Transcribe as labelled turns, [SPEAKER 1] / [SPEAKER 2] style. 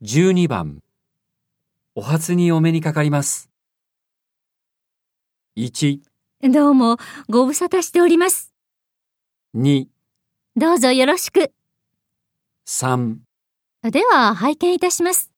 [SPEAKER 1] 12番、お初にお目にかかります。1、
[SPEAKER 2] どうも、ご無沙汰しております。
[SPEAKER 1] 2、
[SPEAKER 2] どうぞよろしく。
[SPEAKER 1] 3。
[SPEAKER 2] では、拝見いたします。